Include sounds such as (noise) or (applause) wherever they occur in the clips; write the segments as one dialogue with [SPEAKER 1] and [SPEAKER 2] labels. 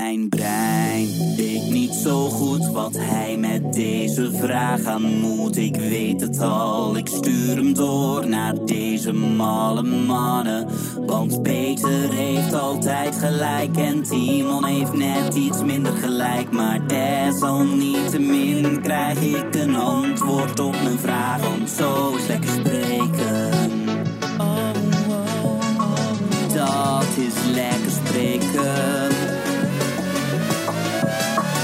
[SPEAKER 1] mijn brein. Ik niet zo goed wat hij met deze vraag aan moet. Ik weet het al, ik stuur hem door naar deze malle mannen. Want Peter heeft altijd gelijk en Timon heeft net iets minder gelijk. Maar desalniettemin krijg ik een antwoord op mijn vraag. Want zo is lekker spreken. Dat is lekker spreken.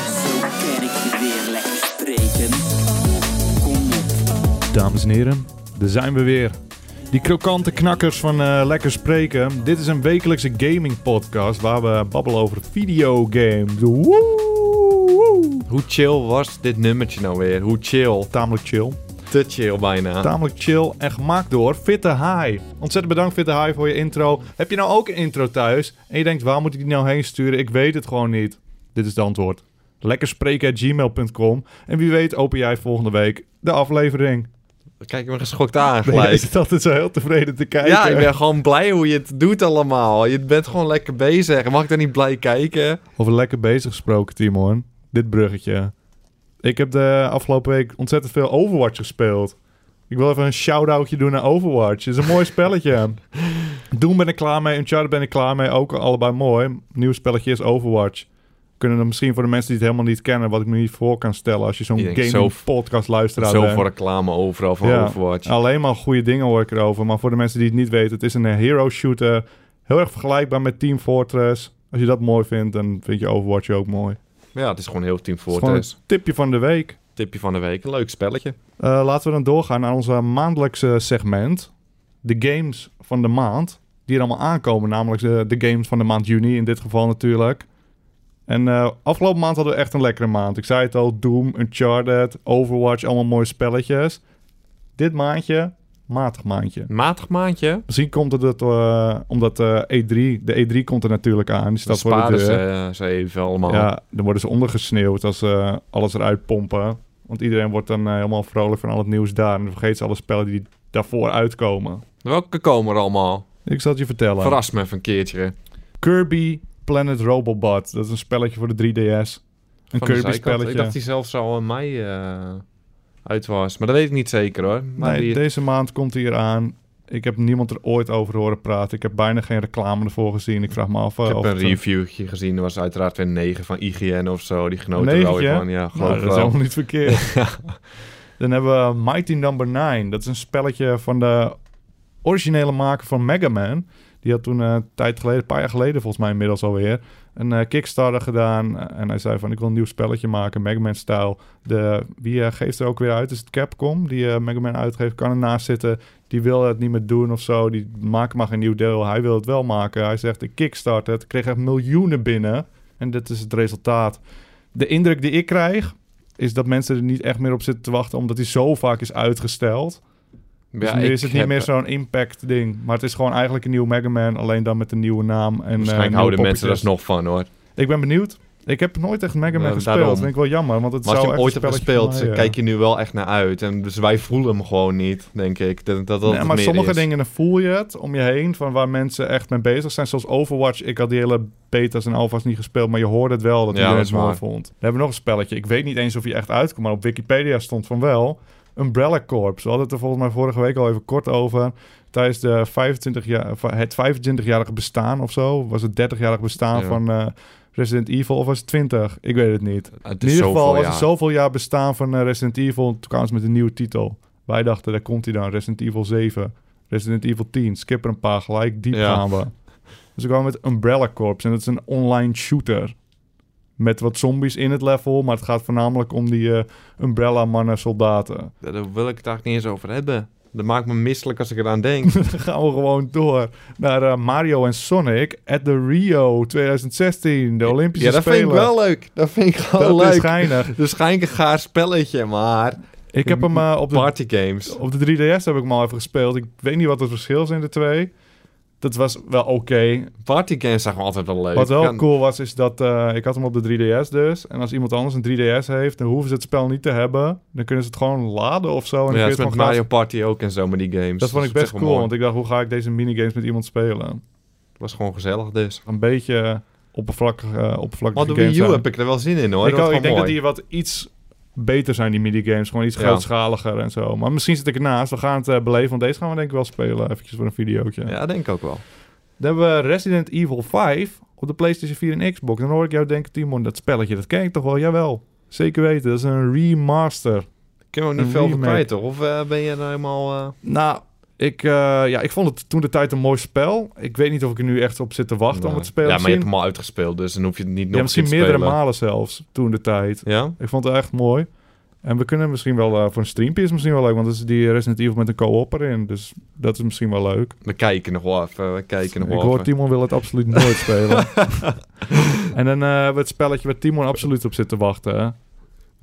[SPEAKER 1] Zo ken ik je weer lekker spreken. Kom op.
[SPEAKER 2] Dames en heren, daar zijn we weer. Die krokante knakkers van eh, Lekker Spreken. Dit is een wekelijkse gaming podcast waar we babbelen over videogames. Woe, woe.
[SPEAKER 3] Hoe chill was dit nummertje nou weer? Hoe chill? Ah.
[SPEAKER 2] Tamelijk chill.
[SPEAKER 3] Te chill bijna.
[SPEAKER 2] Tamelijk chill en gemaakt door Fitte High. Ontzettend bedankt Fitte High voor je intro. Heb je nou ook een intro thuis en je denkt waar moet ik die nou heen sturen? Ik weet het gewoon niet. Dit is het antwoord. Lekkerspreken.gmail.com En wie weet open jij volgende week de aflevering.
[SPEAKER 3] Kijk me geschokt aan
[SPEAKER 2] Ben jij
[SPEAKER 3] gelijk.
[SPEAKER 2] zit (laughs) altijd zo heel tevreden te kijken.
[SPEAKER 3] Ja, ik ben gewoon blij hoe je het doet allemaal. Je bent gewoon lekker bezig. Mag ik dan niet blij kijken?
[SPEAKER 2] Over lekker bezig gesproken, Timon. Dit bruggetje. Ik heb de afgelopen week ontzettend veel Overwatch gespeeld. Ik wil even een shout-outje doen naar Overwatch. Het is een
[SPEAKER 3] (laughs)
[SPEAKER 2] mooi spelletje. Doom ben ik klaar mee, Uncharted ben ik klaar mee. Ook allebei mooi. Nieuw spelletje is Overwatch. Kunnen dan misschien voor de mensen die het helemaal niet kennen... wat ik me niet voor kan stellen als je zo'n
[SPEAKER 3] Ik denk zo-
[SPEAKER 2] gaming-podcast luisteraar
[SPEAKER 3] Zo
[SPEAKER 2] bent.
[SPEAKER 3] voor reclame overal van
[SPEAKER 2] Ja.
[SPEAKER 3] Overwatch.
[SPEAKER 2] Alleen maar goede dingen hoor ik erover. Maar voor de mensen die het niet weten, het is een eh, hero shooter. Heel erg vergelijkbaar met Team Fortress. Als je dat mooi vindt, dan vind je Overwatch ook mooi.
[SPEAKER 3] Ja, het is gewoon heel Team
[SPEAKER 2] Het is gewoon
[SPEAKER 3] Fortress.
[SPEAKER 2] het tipje van de week.
[SPEAKER 3] Tipje van de week. Een leuk spelletje.
[SPEAKER 2] Eh, laten we dan doorgaan naar ons eh, maandelijkse segment. De games van de maand. Die er allemaal aankomen. Namelijk eh, de games van de maand juni in dit geval natuurlijk. En eh, afgelopen maand hadden we echt een lekkere maand. Ik zei het al, Doom, Uncharted, Overwatch, allemaal mooie spelletjes. Dit maandje, matig maandje.
[SPEAKER 3] Matig maandje.
[SPEAKER 2] Misschien komt het dat, eh, omdat eh, E3, de E3 komt er natuurlijk aan. Die
[SPEAKER 3] Dat
[SPEAKER 2] staat voor de
[SPEAKER 3] sparen
[SPEAKER 2] deur.
[SPEAKER 3] ze, eh, Oh. ze even allemaal.
[SPEAKER 2] Ja, dan worden ze ondergesneeuwd als ze alles eruit pompen. Want iedereen wordt dan eh, helemaal vrolijk van al het nieuws daar. En dan vergeet ze alle spellen die daarvoor uitkomen.
[SPEAKER 3] Welke komen er allemaal?
[SPEAKER 2] Ik zal het je vertellen.
[SPEAKER 3] Verras me even een keertje.
[SPEAKER 2] Kirby Planet Robobot. Dat is een spelletje voor de 3DS. Een
[SPEAKER 3] Van de
[SPEAKER 2] Kirby
[SPEAKER 3] zijkant. Ik dacht
[SPEAKER 2] spelletje.
[SPEAKER 3] die zelfs al aan mij eh, uit was. Maar dat weet ik niet zeker hoor. Maar
[SPEAKER 2] Nee,
[SPEAKER 3] die-
[SPEAKER 2] deze maand komt hij hier aan. Ik heb niemand er ooit over horen praten. Ik heb bijna geen reclame ervoor gezien. Ik vraag me af. eh,
[SPEAKER 3] Ik heb
[SPEAKER 2] of
[SPEAKER 3] een
[SPEAKER 2] het een-
[SPEAKER 3] reviewtje gezien, er was uiteraard weer 9 van IGN of zo. Die genoten
[SPEAKER 2] Een
[SPEAKER 3] er wel weer
[SPEAKER 2] negentje?
[SPEAKER 3] van. Ja,
[SPEAKER 2] Nou,
[SPEAKER 3] geloof ik
[SPEAKER 2] dat is
[SPEAKER 3] wel.
[SPEAKER 2] helemaal niet
[SPEAKER 3] (laughs)
[SPEAKER 2] verkeerd. Dan hebben we Mighty Number 9. Dat is een spelletje van de originele maker van Mega Man. Die had toen eh, een tijd geleden, een paar jaar geleden volgens mij inmiddels alweer, een eh, Kickstarter gedaan. Eh, en hij zei van, ik wil een nieuw spelletje maken, Mega Man-stijl. De- Wie eh, geeft er ook weer uit? Is het Capcom, die eh, Mega Man uitgeeft, kan ernaast zitten. Die wil het niet meer doen of zo. Die maakt maar geen nieuw deel. Hij wil het wel maken. Hij zegt, ik kickstarter het. Ik kreeg echt miljoenen binnen. En dit is het resultaat. De indruk die ik krijg, is dat mensen er niet echt meer op zitten te wachten, omdat hij zo vaak is uitgesteld. Dus
[SPEAKER 3] Ja,
[SPEAKER 2] nu
[SPEAKER 3] ik
[SPEAKER 2] is het niet
[SPEAKER 3] heb-
[SPEAKER 2] meer zo'n impact ding. Maar het is gewoon eigenlijk een nieuw Mega Man, alleen dan met een nieuwe naam. En, eh,
[SPEAKER 3] Waarschijnlijk
[SPEAKER 2] nieuwe
[SPEAKER 3] houden mensen daar
[SPEAKER 2] poppetjes.
[SPEAKER 3] nog van hoor.
[SPEAKER 2] Ik ben benieuwd. Ik heb nooit echt Mega Man
[SPEAKER 3] Nou,
[SPEAKER 2] gespeeld.
[SPEAKER 3] daarom.
[SPEAKER 2] Dat vind ik wel jammer, want het
[SPEAKER 3] Maar
[SPEAKER 2] zou
[SPEAKER 3] als je hem
[SPEAKER 2] echt
[SPEAKER 3] ooit
[SPEAKER 2] een
[SPEAKER 3] hebt
[SPEAKER 2] spelletje
[SPEAKER 3] gespeeld,
[SPEAKER 2] van mij,
[SPEAKER 3] kijk je nu wel echt naar uit. En dus wij voelen hem gewoon niet, denk ik. Dat, dat, dat
[SPEAKER 2] Nee,
[SPEAKER 3] het
[SPEAKER 2] maar
[SPEAKER 3] meer
[SPEAKER 2] sommige
[SPEAKER 3] is.
[SPEAKER 2] dingen dan voel je het om je heen, van waar mensen echt mee bezig zijn. Zoals Overwatch, ik had die hele betas en alfas niet gespeeld, maar je hoorde het wel dat
[SPEAKER 3] Ja,
[SPEAKER 2] iedereen
[SPEAKER 3] dat is
[SPEAKER 2] het mooi
[SPEAKER 3] waar.
[SPEAKER 2] vond. Dan hebben we nog een spelletje, ik weet niet eens of hij echt uitkomt, maar op Wikipedia stond van wel. Umbrella Corps, we hadden het er volgens mij vorige week al even kort over. Tijdens de 25 jaar, het 25-jarige bestaan of zo, was het 30-jarig bestaan
[SPEAKER 3] Ja.
[SPEAKER 2] van eh, Resident Evil of was het 20? Ik weet het niet.
[SPEAKER 3] Het
[SPEAKER 2] In
[SPEAKER 3] is
[SPEAKER 2] ieder geval
[SPEAKER 3] zoveel
[SPEAKER 2] was er
[SPEAKER 3] jaar.
[SPEAKER 2] zoveel jaar bestaan van eh, Resident Evil. Toen kwamen ze met een nieuwe titel. Wij dachten, daar komt hij dan. Resident Evil 7, Resident Evil 10. Skip er een paar gelijk, diep
[SPEAKER 3] Ja.
[SPEAKER 2] gaan we. Dus ik kwam met Umbrella Corps. En dat is een online shooter. Met wat zombies in het level. Maar het gaat voornamelijk om die eh, Umbrella-mannen soldaten. (laughs)
[SPEAKER 3] Daar wil ik het eigenlijk niet eens over hebben. Dat maakt me misselijk als ik eraan
[SPEAKER 2] (laughs)
[SPEAKER 3] denk.
[SPEAKER 2] Dan gaan we gewoon door naar eh, Mario en Sonic at the Rio 2016. De Olympische
[SPEAKER 3] ja, dat
[SPEAKER 2] Spelen.
[SPEAKER 3] vind ik wel leuk. Dat vind ik
[SPEAKER 2] Dat
[SPEAKER 3] wel
[SPEAKER 2] is
[SPEAKER 3] leuk.
[SPEAKER 2] schijnig.
[SPEAKER 3] (laughs) Waarschijnlijk een gaar spelletje, maar...
[SPEAKER 2] Ik heb hem eh, op de
[SPEAKER 3] Partygames.
[SPEAKER 2] Op de 3DS heb ik hem al even gespeeld. Ik weet niet wat het verschil is in de twee. Dat was wel oké.
[SPEAKER 3] Partygames zijn gewoon altijd wel leuk.
[SPEAKER 2] Wat wel
[SPEAKER 3] Kan-
[SPEAKER 2] cool was, is dat eh, ik had hem op de 3DS dus. En als iemand anders een 3DS heeft, dan hoeven ze het spel niet te hebben. Dan kunnen ze het gewoon laden of zo. En dan
[SPEAKER 3] Ja,
[SPEAKER 2] kun
[SPEAKER 3] dat
[SPEAKER 2] je
[SPEAKER 3] is
[SPEAKER 2] het
[SPEAKER 3] met
[SPEAKER 2] gewoon
[SPEAKER 3] Mario
[SPEAKER 2] gratis-
[SPEAKER 3] Party ook en zo, maar die games. dus
[SPEAKER 2] Dat vond
[SPEAKER 3] is
[SPEAKER 2] ik
[SPEAKER 3] op
[SPEAKER 2] best
[SPEAKER 3] zich wel
[SPEAKER 2] cool,
[SPEAKER 3] mooi.
[SPEAKER 2] want ik dacht, hoe ga ik deze minigames met iemand spelen?
[SPEAKER 3] Het was gewoon gezellig dus.
[SPEAKER 2] Een beetje oppervlak, eh oppervlakkige
[SPEAKER 3] Maar de Wii
[SPEAKER 2] games
[SPEAKER 3] U
[SPEAKER 2] zijn.
[SPEAKER 3] heb ik er wel zin in hoor.
[SPEAKER 2] ik,
[SPEAKER 3] Dat
[SPEAKER 2] ook,
[SPEAKER 3] wordt
[SPEAKER 2] ik denk
[SPEAKER 3] gewoon
[SPEAKER 2] dat die wat iets beter zijn, die minigames. Gewoon iets
[SPEAKER 3] Ja.
[SPEAKER 2] grootschaliger en zo. Maar misschien zit ik ernaast. We gaan het eh, beleven, want deze gaan we denk ik wel spelen. Eventjes voor een videootje.
[SPEAKER 3] mooi. Ja, denk ik ook wel.
[SPEAKER 2] Dan hebben we Resident Evil 5 op de PlayStation 4 en Xbox. En dan hoor ik jou denken, Timon, dat spelletje, dat ken ik toch wel? Jawel, zeker weten. Dat is een remaster.
[SPEAKER 3] Kunnen we ook
[SPEAKER 2] Een
[SPEAKER 3] niet veel van
[SPEAKER 2] remake.
[SPEAKER 3] kwijt toch? Of eh, ben je nou helemaal... eh,
[SPEAKER 2] Nou, ik, eh, ja, ik vond het toen de tijd een mooi spel. Ik weet niet of ik er nu echt op zit te wachten om
[SPEAKER 3] nou,
[SPEAKER 2] het te spelen.
[SPEAKER 3] Ja, maar je hebt
[SPEAKER 2] Misschien-
[SPEAKER 3] hem al uitgespeeld, dus dan hoef je het niet nog
[SPEAKER 2] ja,
[SPEAKER 3] een
[SPEAKER 2] misschien
[SPEAKER 3] keer te
[SPEAKER 2] meerdere
[SPEAKER 3] spelen.
[SPEAKER 2] malen zelfs, toen de tijd.
[SPEAKER 3] Ja?
[SPEAKER 2] Ik vond het echt mooi. En we kunnen misschien wel, eh, voor een streampje is misschien wel leuk, want dat is die Resident Evil met een co-op erin. Dus dat is misschien wel leuk.
[SPEAKER 3] We kijken nog wel even. We kijken nog
[SPEAKER 2] Ik
[SPEAKER 3] wel
[SPEAKER 2] hoor
[SPEAKER 3] even.
[SPEAKER 2] Timon wil het absoluut nooit
[SPEAKER 3] (laughs)
[SPEAKER 2] spelen. en dan eh, hebben we het spelletje waar Timon absoluut op zit te wachten. hè.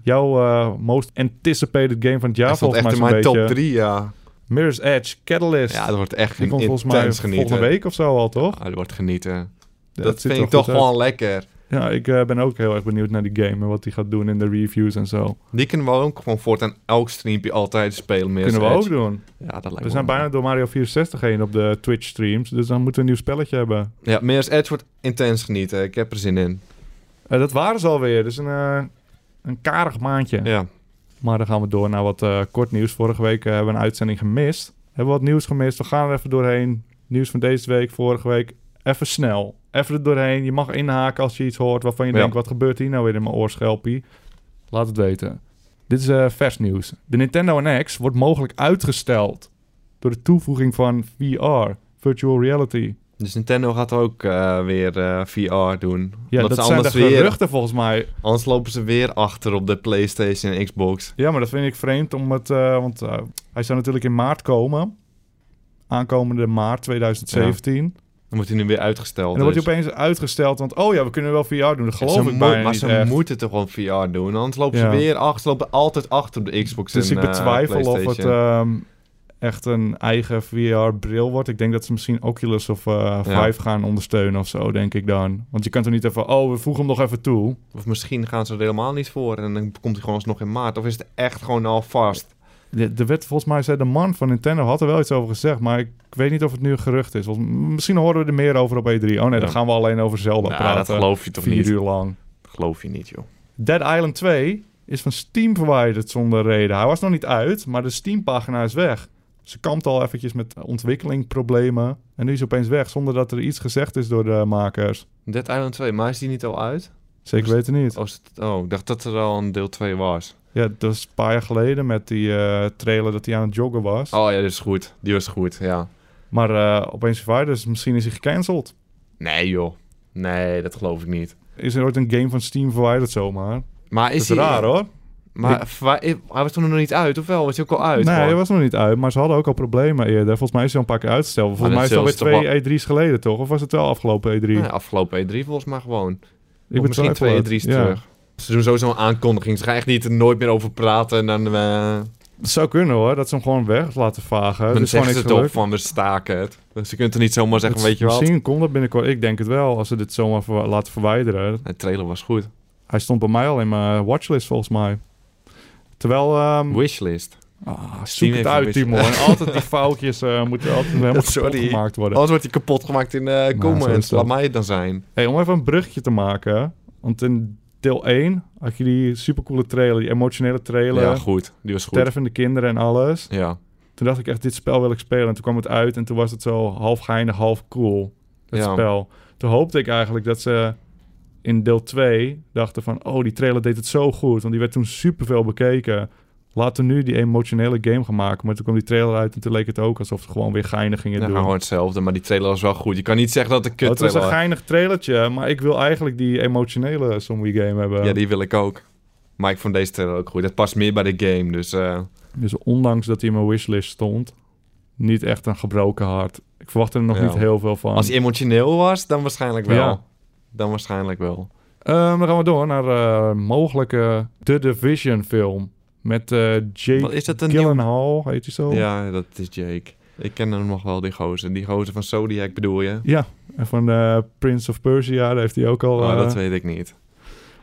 [SPEAKER 2] Jouw eh, most anticipated game van het jaar
[SPEAKER 3] Hij stond
[SPEAKER 2] volgens
[SPEAKER 3] echt
[SPEAKER 2] mij
[SPEAKER 3] in
[SPEAKER 2] zo'n
[SPEAKER 3] mijn top
[SPEAKER 2] beetje.
[SPEAKER 3] 3, ja.
[SPEAKER 2] Mirror's Edge, Catalyst.
[SPEAKER 3] Ja, dat wordt echt
[SPEAKER 2] die
[SPEAKER 3] een
[SPEAKER 2] komt volgens mij
[SPEAKER 3] intens
[SPEAKER 2] volgende
[SPEAKER 3] genieten.
[SPEAKER 2] week of zo al, toch?
[SPEAKER 3] Ah, dat wordt genieten.
[SPEAKER 2] Ja,
[SPEAKER 3] dat
[SPEAKER 2] het ziet
[SPEAKER 3] vind ik
[SPEAKER 2] er
[SPEAKER 3] toch
[SPEAKER 2] goed uit.
[SPEAKER 3] gewoon lekker.
[SPEAKER 2] Ja, ik eh, ben ook heel erg benieuwd naar die game en wat die gaat doen in de reviews en zo.
[SPEAKER 3] Die kunnen we ook gewoon voortaan elk streampje altijd spelen. meer
[SPEAKER 2] Kunnen we ook doen.
[SPEAKER 3] Ja, dat lijkt
[SPEAKER 2] We
[SPEAKER 3] me
[SPEAKER 2] zijn
[SPEAKER 3] wel.
[SPEAKER 2] bijna door Mario 64 heen op de Twitch streams, dus dan moeten we een nieuw spelletje hebben.
[SPEAKER 3] Ja, Mirror's Edge wordt intens genieten. Ik heb er zin in.
[SPEAKER 2] Eh, dat waren ze alweer, dus een, eh, een karig maandje.
[SPEAKER 3] Ja.
[SPEAKER 2] Maar dan gaan we door naar wat eh, kort nieuws. Vorige week eh, hebben we een uitzending gemist. Hebben we wat nieuws gemist? We gaan er even doorheen. Nieuws van deze week, vorige week. Even snel. Even er doorheen. Je mag inhaken als je iets hoort waarvan je
[SPEAKER 3] Ja.
[SPEAKER 2] denkt: wat gebeurt hier nou weer in mijn oorschelpie? Laat het weten. Dit is eh, vers nieuws. De Nintendo NX wordt mogelijk uitgesteld door de toevoeging van VR, virtual reality.
[SPEAKER 3] Dus Nintendo gaat ook eh, weer eh, VR doen.
[SPEAKER 2] Ja, dat
[SPEAKER 3] Omdat ze
[SPEAKER 2] zijn de
[SPEAKER 3] anders, weer,
[SPEAKER 2] geruchten volgens mij.
[SPEAKER 3] anders lopen ze weer achter op de PlayStation en Xbox.
[SPEAKER 2] Ja, maar dat vind ik vreemd, omdat, eh, want eh, hij zou natuurlijk in maart komen. Aankomende maart 2017.
[SPEAKER 3] Dan wordt hij nu weer uitgesteld.
[SPEAKER 2] En dan wordt
[SPEAKER 3] dus.
[SPEAKER 2] hij opeens uitgesteld, want oh ja, we kunnen wel VR doen. Dat geloof
[SPEAKER 3] ze
[SPEAKER 2] ik
[SPEAKER 3] moet-
[SPEAKER 2] bijna
[SPEAKER 3] Maar
[SPEAKER 2] niet
[SPEAKER 3] ze
[SPEAKER 2] echt.
[SPEAKER 3] moeten toch gewoon VR doen. Anders lopen
[SPEAKER 2] Ja.
[SPEAKER 3] ze weer achter. Ze lopen altijd achter op de Xbox
[SPEAKER 2] Dus
[SPEAKER 3] en
[SPEAKER 2] ik
[SPEAKER 3] eh,
[SPEAKER 2] betwijfel of het
[SPEAKER 3] PlayStation.
[SPEAKER 2] ehm, echt een eigen VR-bril wordt. Ik denk dat ze misschien Oculus of eh,
[SPEAKER 3] Ja.
[SPEAKER 2] Vive gaan ondersteunen of zo, denk ik dan. Want je kan toch niet even, oh, we voegen hem nog even toe.
[SPEAKER 3] Of misschien gaan ze er helemaal niet voor. En dan komt hij gewoon alsnog in maart. Of is het echt gewoon al vast?
[SPEAKER 2] De, de wet, volgens mij zei de man van Nintendo, had er wel iets over gezegd, maar ik weet niet of het nu een gerucht is. Volgens- misschien horen we er meer over op E3. Oh nee,
[SPEAKER 3] Ja.
[SPEAKER 2] dan gaan we alleen over Zelda
[SPEAKER 3] Nou, dat
[SPEAKER 2] praten.
[SPEAKER 3] geloof je toch
[SPEAKER 2] Vier
[SPEAKER 3] niet?
[SPEAKER 2] uur lang.
[SPEAKER 3] Dat geloof je niet, joh.
[SPEAKER 2] Dead Island 2 is van Steam verwijderd zonder reden. Hij was nog niet uit, maar de Steam-pagina is weg. Ze kampt al eventjes met ontwikkelingproblemen. En nu is hij opeens weg, zonder dat er iets gezegd is door de makers.
[SPEAKER 3] Dead Island 2, maar is die niet al uit?
[SPEAKER 2] Zeker weten niet.
[SPEAKER 3] Oh, is het- oh, ik dacht dat er al een deel 2 was.
[SPEAKER 2] Ja, dat was een paar jaar geleden met die eh, trailer dat hij aan het joggen was.
[SPEAKER 3] Oh ja, dat is goed. Die was goed, ja.
[SPEAKER 2] Maar eh, opeens verwijderd, dus misschien is hij gecanceld.
[SPEAKER 3] Nee, joh. Nee, dat geloof ik niet.
[SPEAKER 2] Is er ooit een game van Steam verwijderd zomaar?
[SPEAKER 3] Maar is
[SPEAKER 2] dat is
[SPEAKER 3] hij-
[SPEAKER 2] raar hoor.
[SPEAKER 3] Maar waar- hij was toen nog niet uit, of wel? Was hij ook al uit?
[SPEAKER 2] nee,
[SPEAKER 3] gewoon?
[SPEAKER 2] hij was nog niet uit, maar ze hadden ook al problemen eerder. Volgens mij is hij al een paar keer uitgesteld. Volgens mij
[SPEAKER 3] Ah, dat
[SPEAKER 2] is het alweer
[SPEAKER 3] zullen ze
[SPEAKER 2] twee E3's geleden toch? Of was het wel afgelopen E3?
[SPEAKER 3] Nee, afgelopen E3 volgens mij gewoon.
[SPEAKER 2] Ik
[SPEAKER 3] Of misschien
[SPEAKER 2] betwijfel
[SPEAKER 3] twee
[SPEAKER 2] het.
[SPEAKER 3] E3's
[SPEAKER 2] Ja.
[SPEAKER 3] terug. Ze doen sowieso een aankondiging. Ze gaan echt niet er nooit meer over praten. En dan, eh
[SPEAKER 2] Het zou kunnen hoor, dat ze hem gewoon weg laten vagen. Er
[SPEAKER 3] dan
[SPEAKER 2] is gewoon
[SPEAKER 3] zeggen
[SPEAKER 2] niks
[SPEAKER 3] ze toch
[SPEAKER 2] gelukt.
[SPEAKER 3] van, we staken het. Dus ze kunt er niet zomaar zeggen,
[SPEAKER 2] Het-
[SPEAKER 3] weet je wat?
[SPEAKER 2] Misschien komt dat binnenkort. Ik denk het wel, als ze dit zomaar ver- laten verwijderen.
[SPEAKER 3] De trailer was goed.
[SPEAKER 2] Hij stond bij mij al in mijn watchlist volgens mij. Terwijl, ehm
[SPEAKER 3] Wishlist.
[SPEAKER 2] ah,
[SPEAKER 3] Steam
[SPEAKER 2] zoek het
[SPEAKER 3] heeft een
[SPEAKER 2] uit
[SPEAKER 3] beetje-
[SPEAKER 2] Timo. En altijd die foutjes eh, moeten
[SPEAKER 3] (laughs)
[SPEAKER 2] altijd helemaal
[SPEAKER 3] Sorry.
[SPEAKER 2] Sorry. gemaakt worden.
[SPEAKER 3] Anders wordt hij kapot gemaakt in eh
[SPEAKER 2] zo is
[SPEAKER 3] comments.
[SPEAKER 2] dat.
[SPEAKER 3] Laat mij het dan zijn.
[SPEAKER 2] Hey, om even een bruggetje te maken. Want in deel 1 had je die supercoole trailer, die emotionele trailer.
[SPEAKER 3] Ja, goed. Die was goed.
[SPEAKER 2] stervende kinderen en alles.
[SPEAKER 3] Ja.
[SPEAKER 2] Toen dacht ik echt, dit spel wil ik spelen. En toen kwam het uit en toen was het zo half geinig, half cool. Het
[SPEAKER 3] Ja.
[SPEAKER 2] spel. Toen hoopte ik eigenlijk dat ze in deel 2 dachten van... Oh, die trailer deed het zo goed. Want die werd toen superveel bekeken. Laten we nu die emotionele game gaan maken. Maar toen kwam die trailer uit en toen leek het ook alsof ze gewoon weer geinig gingen
[SPEAKER 3] Ja,
[SPEAKER 2] doen.
[SPEAKER 3] gewoon hetzelfde, maar die trailer was wel goed. Je kan niet zeggen dat het een
[SPEAKER 2] Oh, het
[SPEAKER 3] kut
[SPEAKER 2] was een
[SPEAKER 3] trailer was.
[SPEAKER 2] geinig trailertje, maar ik wil eigenlijk die emotionele zombie game hebben.
[SPEAKER 3] Ja, die wil ik ook. Maar ik vond deze trailer ook goed. Het past meer bij de game, dus... eh,
[SPEAKER 2] Dus ondanks dat hij in mijn wishlist stond, niet echt een gebroken hart. Ik verwacht er nog
[SPEAKER 3] Ja.
[SPEAKER 2] niet heel veel van.
[SPEAKER 3] als hij emotioneel was, dan waarschijnlijk wel.
[SPEAKER 2] Ja.
[SPEAKER 3] Dan waarschijnlijk wel.
[SPEAKER 2] Ehm, dan gaan we door naar eh mogelijke The Division film. Met eh Jake
[SPEAKER 3] Wat is dat, een
[SPEAKER 2] Gyllenhaal, heet hij zo?
[SPEAKER 3] Ja, dat is Jake. Ik ken hem nog wel, die gozer. Die gozer van Zodiac bedoel je?
[SPEAKER 2] Ja, en van eh, Prince of Persia, daar heeft hij ook al...
[SPEAKER 3] Oh,
[SPEAKER 2] eh,
[SPEAKER 3] dat weet ik niet.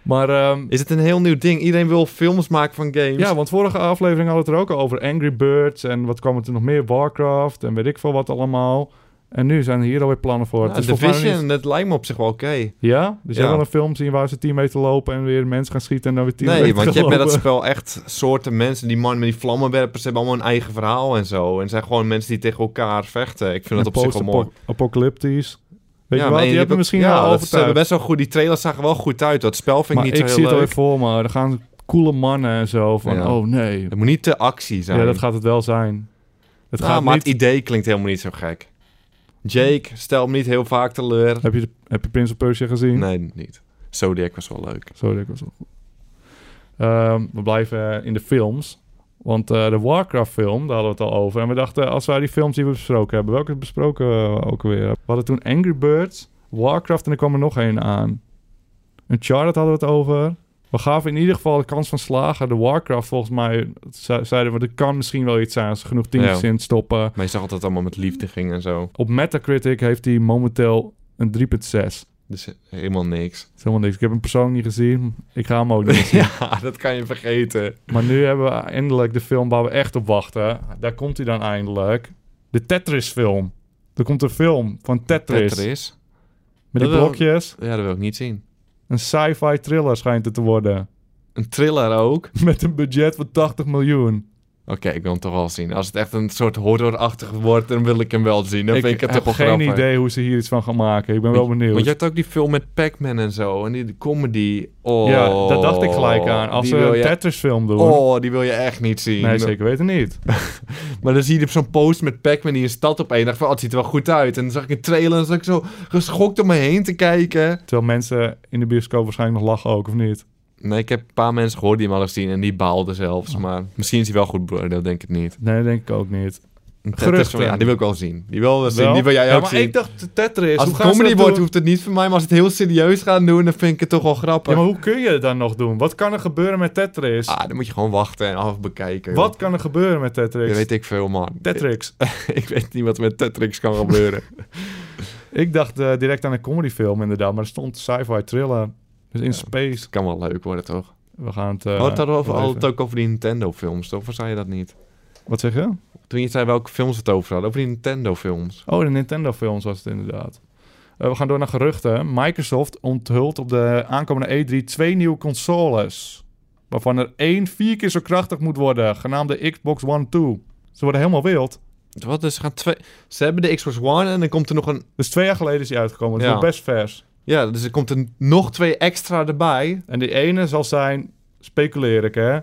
[SPEAKER 2] Maar ehm,
[SPEAKER 3] Is het een heel nieuw ding? Iedereen wil films maken van games.
[SPEAKER 2] ja, want vorige aflevering hadden we het er ook al over Angry Birds... en wat kwam er toen nog meer, Warcraft en weet ik veel wat allemaal. En nu zijn er hier alweer plannen voor.
[SPEAKER 3] Ja,
[SPEAKER 2] Het is volgens mij nog
[SPEAKER 3] Nou, Division, dat lijkt me op zich wel oké.
[SPEAKER 2] niet- Ja? Dus jij
[SPEAKER 3] Ja.
[SPEAKER 2] wil een film zien waar ze 10 meter lopen en weer mensen gaan schieten en dan weer 10
[SPEAKER 3] Nee,
[SPEAKER 2] meter
[SPEAKER 3] want je hebt
[SPEAKER 2] lopen.
[SPEAKER 3] bij dat spel echt soorten mensen. Die man met die vlammenwerpers hebben allemaal een eigen verhaal en zo. En het zijn gewoon mensen die tegen elkaar vechten. Ik vind
[SPEAKER 2] En
[SPEAKER 3] dat op zich wel mooi.
[SPEAKER 2] post-apo- Apocalyptisch. Weet
[SPEAKER 3] Ja,
[SPEAKER 2] je wat,
[SPEAKER 3] maar
[SPEAKER 2] die hebben
[SPEAKER 3] ook-
[SPEAKER 2] misschien
[SPEAKER 3] ja,
[SPEAKER 2] wel
[SPEAKER 3] dat ze hebben
[SPEAKER 2] overtuigd.
[SPEAKER 3] best wel goed. Die trailers zagen wel goed uit. Dat spel vind ik
[SPEAKER 2] Maar
[SPEAKER 3] niet zo
[SPEAKER 2] ik
[SPEAKER 3] heel
[SPEAKER 2] zie het alweer
[SPEAKER 3] leuk.
[SPEAKER 2] voor me. Er gaan coole mannen en zo van,
[SPEAKER 3] Ja.
[SPEAKER 2] oh nee.
[SPEAKER 3] Het moet niet te actie zijn.
[SPEAKER 2] Ja, dat gaat het wel zijn. Het
[SPEAKER 3] Nou,
[SPEAKER 2] gaat
[SPEAKER 3] maar
[SPEAKER 2] niet...
[SPEAKER 3] het idee klinkt helemaal niet zo gek. Jake, stel me niet heel vaak teleur.
[SPEAKER 2] Heb je, de- heb je Prince of Persia gezien?
[SPEAKER 3] Nee, niet. Zodiac was wel leuk.
[SPEAKER 2] Sorry, ik was wel goed. Ehm, we blijven eh, in de films. Want eh, de Warcraft-film, daar hadden we het al over. En we dachten, als wij die films die we besproken hebben, welke besproken we ook weer? We hadden toen Angry Birds, Warcraft en er kwam er nog één aan. Uncharted hadden we het over. We gaven in ieder geval de kans van slagen. De Warcraft, volgens mij, ze- zeiden we, er kan misschien wel iets zijn als ze genoeg teams
[SPEAKER 3] Ja.
[SPEAKER 2] in stoppen.
[SPEAKER 3] Maar je zag altijd allemaal met liefde ging en zo.
[SPEAKER 2] Op Metacritic heeft hij momenteel een 3.6. Dat
[SPEAKER 3] Dus helemaal
[SPEAKER 2] (laughs)
[SPEAKER 3] niks. (laughs)
[SPEAKER 2] is helemaal niks. Ik heb hem persoonlijk niet gezien. Ik ga hem ook niet zien.
[SPEAKER 3] ja, dat kan je vergeten.
[SPEAKER 2] Maar nu hebben we eindelijk de film waar we echt op wachten. Daar komt hij dan eindelijk. De Tetris-film. Er komt een film van Tetris.
[SPEAKER 3] Tetris.
[SPEAKER 2] Met die
[SPEAKER 3] Dat wel-
[SPEAKER 2] blokjes.
[SPEAKER 3] Ja, dat wil ik niet zien.
[SPEAKER 2] Een sci-fi thriller schijnt het te worden. (laughs)
[SPEAKER 3] Een thriller ook.
[SPEAKER 2] Met een budget van 80 miljoen.
[SPEAKER 3] Oké, ik wil hem toch wel zien. Als het echt een soort horrorachtig wordt, dan wil ik hem wel zien. Dan vind ik het
[SPEAKER 2] heb
[SPEAKER 3] toch wel
[SPEAKER 2] geen
[SPEAKER 3] grappig.
[SPEAKER 2] idee hoe ze hier iets van gaan maken. Ik ben wel benieuwd.
[SPEAKER 3] Want je hebt ook die film met Pac-Man en zo. En die, die comedy. Oh,
[SPEAKER 2] ja, daar dacht ik gelijk aan. Als
[SPEAKER 3] die
[SPEAKER 2] ze
[SPEAKER 3] wil
[SPEAKER 2] een
[SPEAKER 3] je-
[SPEAKER 2] Tetris-film doen.
[SPEAKER 3] Oh, die wil je echt niet zien.
[SPEAKER 2] nee, zeker weten niet.
[SPEAKER 3] Maar dan zie je op zo'n post met Pac-Man die een stad op één. dacht van, oh, het ziet er wel goed uit. En dan zag ik een trailer en dan zag ik zo geschokt om me heen te kijken.
[SPEAKER 2] Terwijl mensen in de bioscoop waarschijnlijk nog lachen ook, of niet?
[SPEAKER 3] Nee, ik heb een paar mensen gehoord die hem hadden gezien en die baalden zelfs.
[SPEAKER 2] Oh.
[SPEAKER 3] Maar misschien is hij wel goed beoordeeld, denk ik niet.
[SPEAKER 2] Nee, denk ik ook niet.
[SPEAKER 3] Een Tetris-
[SPEAKER 2] Geruchten.
[SPEAKER 3] Ja, die wil ik wel zien. Die wil, wel zien.
[SPEAKER 2] Wel?
[SPEAKER 3] die wil jij
[SPEAKER 2] Ja,
[SPEAKER 3] ook
[SPEAKER 2] maar
[SPEAKER 3] zien.
[SPEAKER 2] ik dacht Tetris.
[SPEAKER 3] als
[SPEAKER 2] hoe
[SPEAKER 3] het
[SPEAKER 2] gaan ze
[SPEAKER 3] comedy
[SPEAKER 2] dat
[SPEAKER 3] wordt,
[SPEAKER 2] doen?
[SPEAKER 3] hoeft het niet van mij. Maar als het heel serieus gaan doen, dan vind ik het toch wel grappig.
[SPEAKER 2] Ja, maar hoe kun je het dan nog doen? Wat kan er gebeuren met Tetris?
[SPEAKER 3] Ah, dan moet je gewoon wachten en af bekijken. joh.
[SPEAKER 2] Wat kan er gebeuren met Tetris?
[SPEAKER 3] Dat weet ik veel, man.
[SPEAKER 2] Tetrix.
[SPEAKER 3] (laughs) ik weet niet wat er met Tetrix kan (laughs) gebeuren.
[SPEAKER 2] ik dacht eh, direct aan een comedyfilm inderdaad, maar er stond sci-fi thriller. Dus in space.
[SPEAKER 3] het kan wel leuk worden, toch?
[SPEAKER 2] We gaan het... eh,
[SPEAKER 3] Had het over,
[SPEAKER 2] wel
[SPEAKER 3] al
[SPEAKER 2] even-
[SPEAKER 3] het ook over die Nintendo-films, toch? Of zei je dat niet?
[SPEAKER 2] Wat zeg je?
[SPEAKER 3] Toen je zei welke films het over hadden, over die Nintendo-films.
[SPEAKER 2] Oh, de Nintendo films was het inderdaad. Eh, we gaan door naar geruchten. Microsoft onthult op de aankomende E3 twee nieuwe consoles. Waarvan er één vier keer zo krachtig moet worden. Genaamd de Xbox One 2. Ze worden helemaal wild.
[SPEAKER 3] Wat? Dus ze gaan twee... Ze hebben de Xbox One en dan komt er nog een...
[SPEAKER 2] Dus twee jaar geleden is die uitgekomen. Dus Het
[SPEAKER 3] Ja.
[SPEAKER 2] is nog best vers.
[SPEAKER 3] Ja, dus er komt er nog twee extra erbij.
[SPEAKER 2] En die ene zal zijn, speculeer ik hè,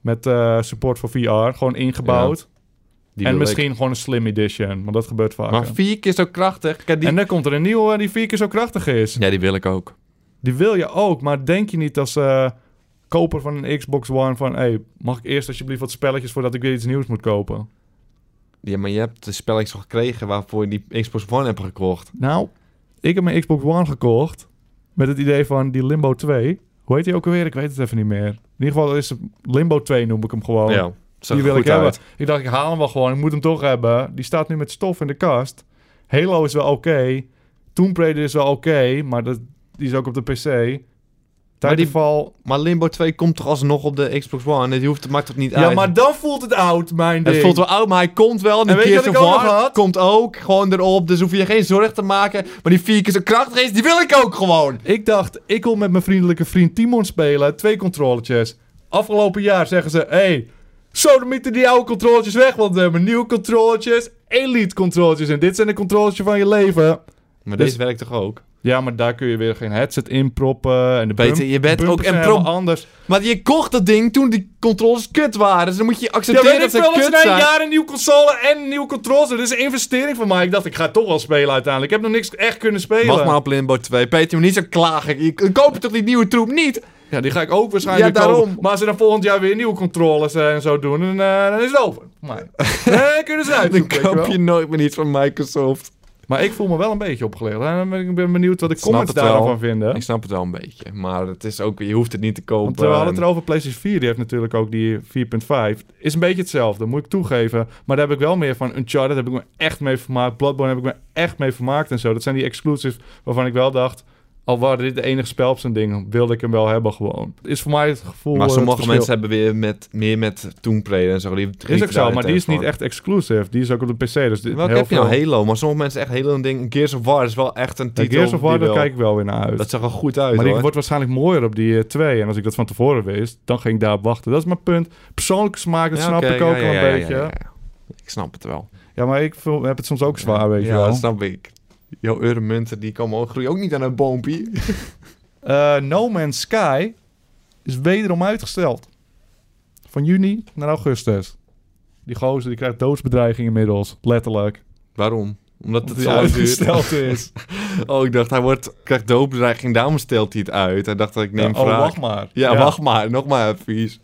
[SPEAKER 2] met eh, support voor VR, gewoon ingebouwd.
[SPEAKER 3] Die wil
[SPEAKER 2] en
[SPEAKER 3] ik.
[SPEAKER 2] misschien gewoon een slim edition, want dat gebeurt vaak.
[SPEAKER 3] Maar vier keer zo krachtig. Kijk, die...
[SPEAKER 2] En dan komt er een nieuwe eh, die vier keer zo krachtig is.
[SPEAKER 3] Ja, die wil ik ook.
[SPEAKER 2] Die wil je ook, maar denk je niet als eh, koper van een Xbox One van... hey, mag ik eerst alsjeblieft wat spelletjes voordat ik weer iets nieuws moet kopen?
[SPEAKER 3] Ja, maar je hebt de spelletjes al gekregen waarvoor je die Xbox One hebt gekocht.
[SPEAKER 2] Nou, ik heb mijn Xbox One gekocht met het idee van die Limbo 2. Hoe heet die ook alweer? Ik weet het even niet meer. In ieder geval is het Limbo 2 noem ik hem gewoon.
[SPEAKER 3] zag
[SPEAKER 2] die
[SPEAKER 3] er
[SPEAKER 2] wil ik
[SPEAKER 3] goed
[SPEAKER 2] hebben.
[SPEAKER 3] uit.
[SPEAKER 2] Ik dacht, ik haal hem wel gewoon. Ik moet hem toch hebben. Die staat nu met stof in de kast. Halo is wel oké. Tomb Raider is wel oké. maar dat, die is ook op de PC.
[SPEAKER 3] Maar die-
[SPEAKER 2] Titanfall...
[SPEAKER 3] Maar Limbo 2 komt toch alsnog op de Xbox One? Het hoeft, het maakt toch niet uit?
[SPEAKER 2] Ja, maar dan voelt het oud, mijn ding.
[SPEAKER 3] Het voelt wel oud, maar hij komt wel. En
[SPEAKER 2] En
[SPEAKER 3] die
[SPEAKER 2] weet je
[SPEAKER 3] keer
[SPEAKER 2] wat
[SPEAKER 3] zo
[SPEAKER 2] ik ook nog
[SPEAKER 3] warm
[SPEAKER 2] had?
[SPEAKER 3] komt ook gewoon erop. Dus hoef je je geen zorgen te maken. Maar die vier keer zo krachtig is, die wil ik ook gewoon.
[SPEAKER 2] Ik dacht, ik wil met mijn vriendelijke vriend Timon spelen. Twee controletjes. Afgelopen jaar zeggen ze... Hey, zo mieten die oude controletjes weg. Want we hebben nieuwe controletjes. Elite controletjes. En dit zijn de controletjes van je leven.
[SPEAKER 3] Maar
[SPEAKER 2] Dus-
[SPEAKER 3] deze werkt toch ook?
[SPEAKER 2] Ja, maar daar kun je weer geen headset in proppen. En de
[SPEAKER 3] Peter,
[SPEAKER 2] bump-
[SPEAKER 3] je bent
[SPEAKER 2] bumpers
[SPEAKER 3] ook een
[SPEAKER 2] zijn
[SPEAKER 3] pro-
[SPEAKER 2] helemaal anders.
[SPEAKER 3] Maar je kocht dat ding toen die controles kut waren. Dus dan moet je
[SPEAKER 2] Ja,
[SPEAKER 3] accepteren
[SPEAKER 2] weet ik
[SPEAKER 3] dat ze
[SPEAKER 2] veel, dat ze
[SPEAKER 3] kut
[SPEAKER 2] na een
[SPEAKER 3] zijn.
[SPEAKER 2] jaar een nieuwe console en een nieuwe controller. Dit is een investering van mij. Ik dacht, ik ga toch wel spelen uiteindelijk. Ik heb nog niks echt kunnen spelen.
[SPEAKER 3] Wacht maar op Limbo 2. Peter, maar niet zo klagen. Je koop je toch die nieuwe troep (laughs) niet?
[SPEAKER 2] Ja, die ga ik ook waarschijnlijk
[SPEAKER 3] Ja, daarom.
[SPEAKER 2] kopen. Maar als ze dan volgend jaar weer nieuwe controllers eh, en zo doen, dan, eh, dan is het over.
[SPEAKER 3] (laughs)
[SPEAKER 2] Maar, eh, kunnen ze
[SPEAKER 3] Dan
[SPEAKER 2] uit.
[SPEAKER 3] koop je nooit meer iets van Microsoft.
[SPEAKER 2] Maar ik voel me wel een beetje opgelegd. En dan ben ik ben benieuwd wat de
[SPEAKER 3] Snap
[SPEAKER 2] comments
[SPEAKER 3] het wel.
[SPEAKER 2] daarvan vinden.
[SPEAKER 3] Ik snap het wel een beetje. Maar het is ook, je hoeft het niet te kopen.
[SPEAKER 2] Want eh, we hadden het erover, PlayStation 4, die heeft natuurlijk ook die 4.5. Is een beetje hetzelfde, moet ik toegeven. Maar daar heb ik wel meer van. Uncharted heb ik me echt mee vermaakt. Bloodborne heb ik me echt mee vermaakt en zo. Dat zijn die exclusives waarvan ik wel dacht... al waren dit de enige spel op zijn ding, wilde ik hem wel hebben gewoon. Het Is voor mij het gevoel...
[SPEAKER 3] Maar
[SPEAKER 2] eh, het
[SPEAKER 3] sommige
[SPEAKER 2] verschil.
[SPEAKER 3] mensen hebben weer met, meer met Tomb Raider en zo. Die
[SPEAKER 2] Is ook zo, maar die is niet echt exclusive. Die is ook op de PC, dus dit-
[SPEAKER 3] Welke
[SPEAKER 2] heel
[SPEAKER 3] heb je nou?
[SPEAKER 2] veel-
[SPEAKER 3] Halo. Maar sommige mensen echt Halo een ding. Gears of War is wel echt een
[SPEAKER 2] Ja,
[SPEAKER 3] titel.
[SPEAKER 2] Gears of War,
[SPEAKER 3] die
[SPEAKER 2] daar
[SPEAKER 3] wel-
[SPEAKER 2] kijk ik wel weer naar uit.
[SPEAKER 3] Dat zag er goed uit,
[SPEAKER 2] maar die
[SPEAKER 3] hoor.
[SPEAKER 2] wordt waarschijnlijk mooier op die 2. en als ik dat van tevoren wist, dan ging ik daarop wachten. Dat is mijn punt. Persoonlijke smaak, dat
[SPEAKER 3] Ja,
[SPEAKER 2] snap
[SPEAKER 3] oké,
[SPEAKER 2] ik ook
[SPEAKER 3] ja,
[SPEAKER 2] wel
[SPEAKER 3] ja,
[SPEAKER 2] een
[SPEAKER 3] ja, ja,
[SPEAKER 2] beetje.
[SPEAKER 3] ja, ja. Ik snap het wel.
[SPEAKER 2] Ja, maar ik voel- heb het soms ook zwaar, weet je
[SPEAKER 3] ja,
[SPEAKER 2] wel.
[SPEAKER 3] dat snap ik. Jouw euromunten, die komen ook, groeien ook niet aan een boompie.
[SPEAKER 2] Eh, no Man's Sky is wederom uitgesteld. Van juni naar augustus. Die gozer die krijgt doodsbedreiging inmiddels, letterlijk.
[SPEAKER 3] Waarom? Omdat het
[SPEAKER 2] Die
[SPEAKER 3] zo
[SPEAKER 2] (laughs)
[SPEAKER 3] uitgesteld.
[SPEAKER 2] uitgesteld is.
[SPEAKER 3] Oh, ik dacht, hij wordt, krijgt doopbedreiging, daarom stelt hij het uit. Hij dacht dat ik neem
[SPEAKER 2] Ja, oh,
[SPEAKER 3] vraag.
[SPEAKER 2] wacht maar.
[SPEAKER 3] Ja, wacht maar. Nog maar advies.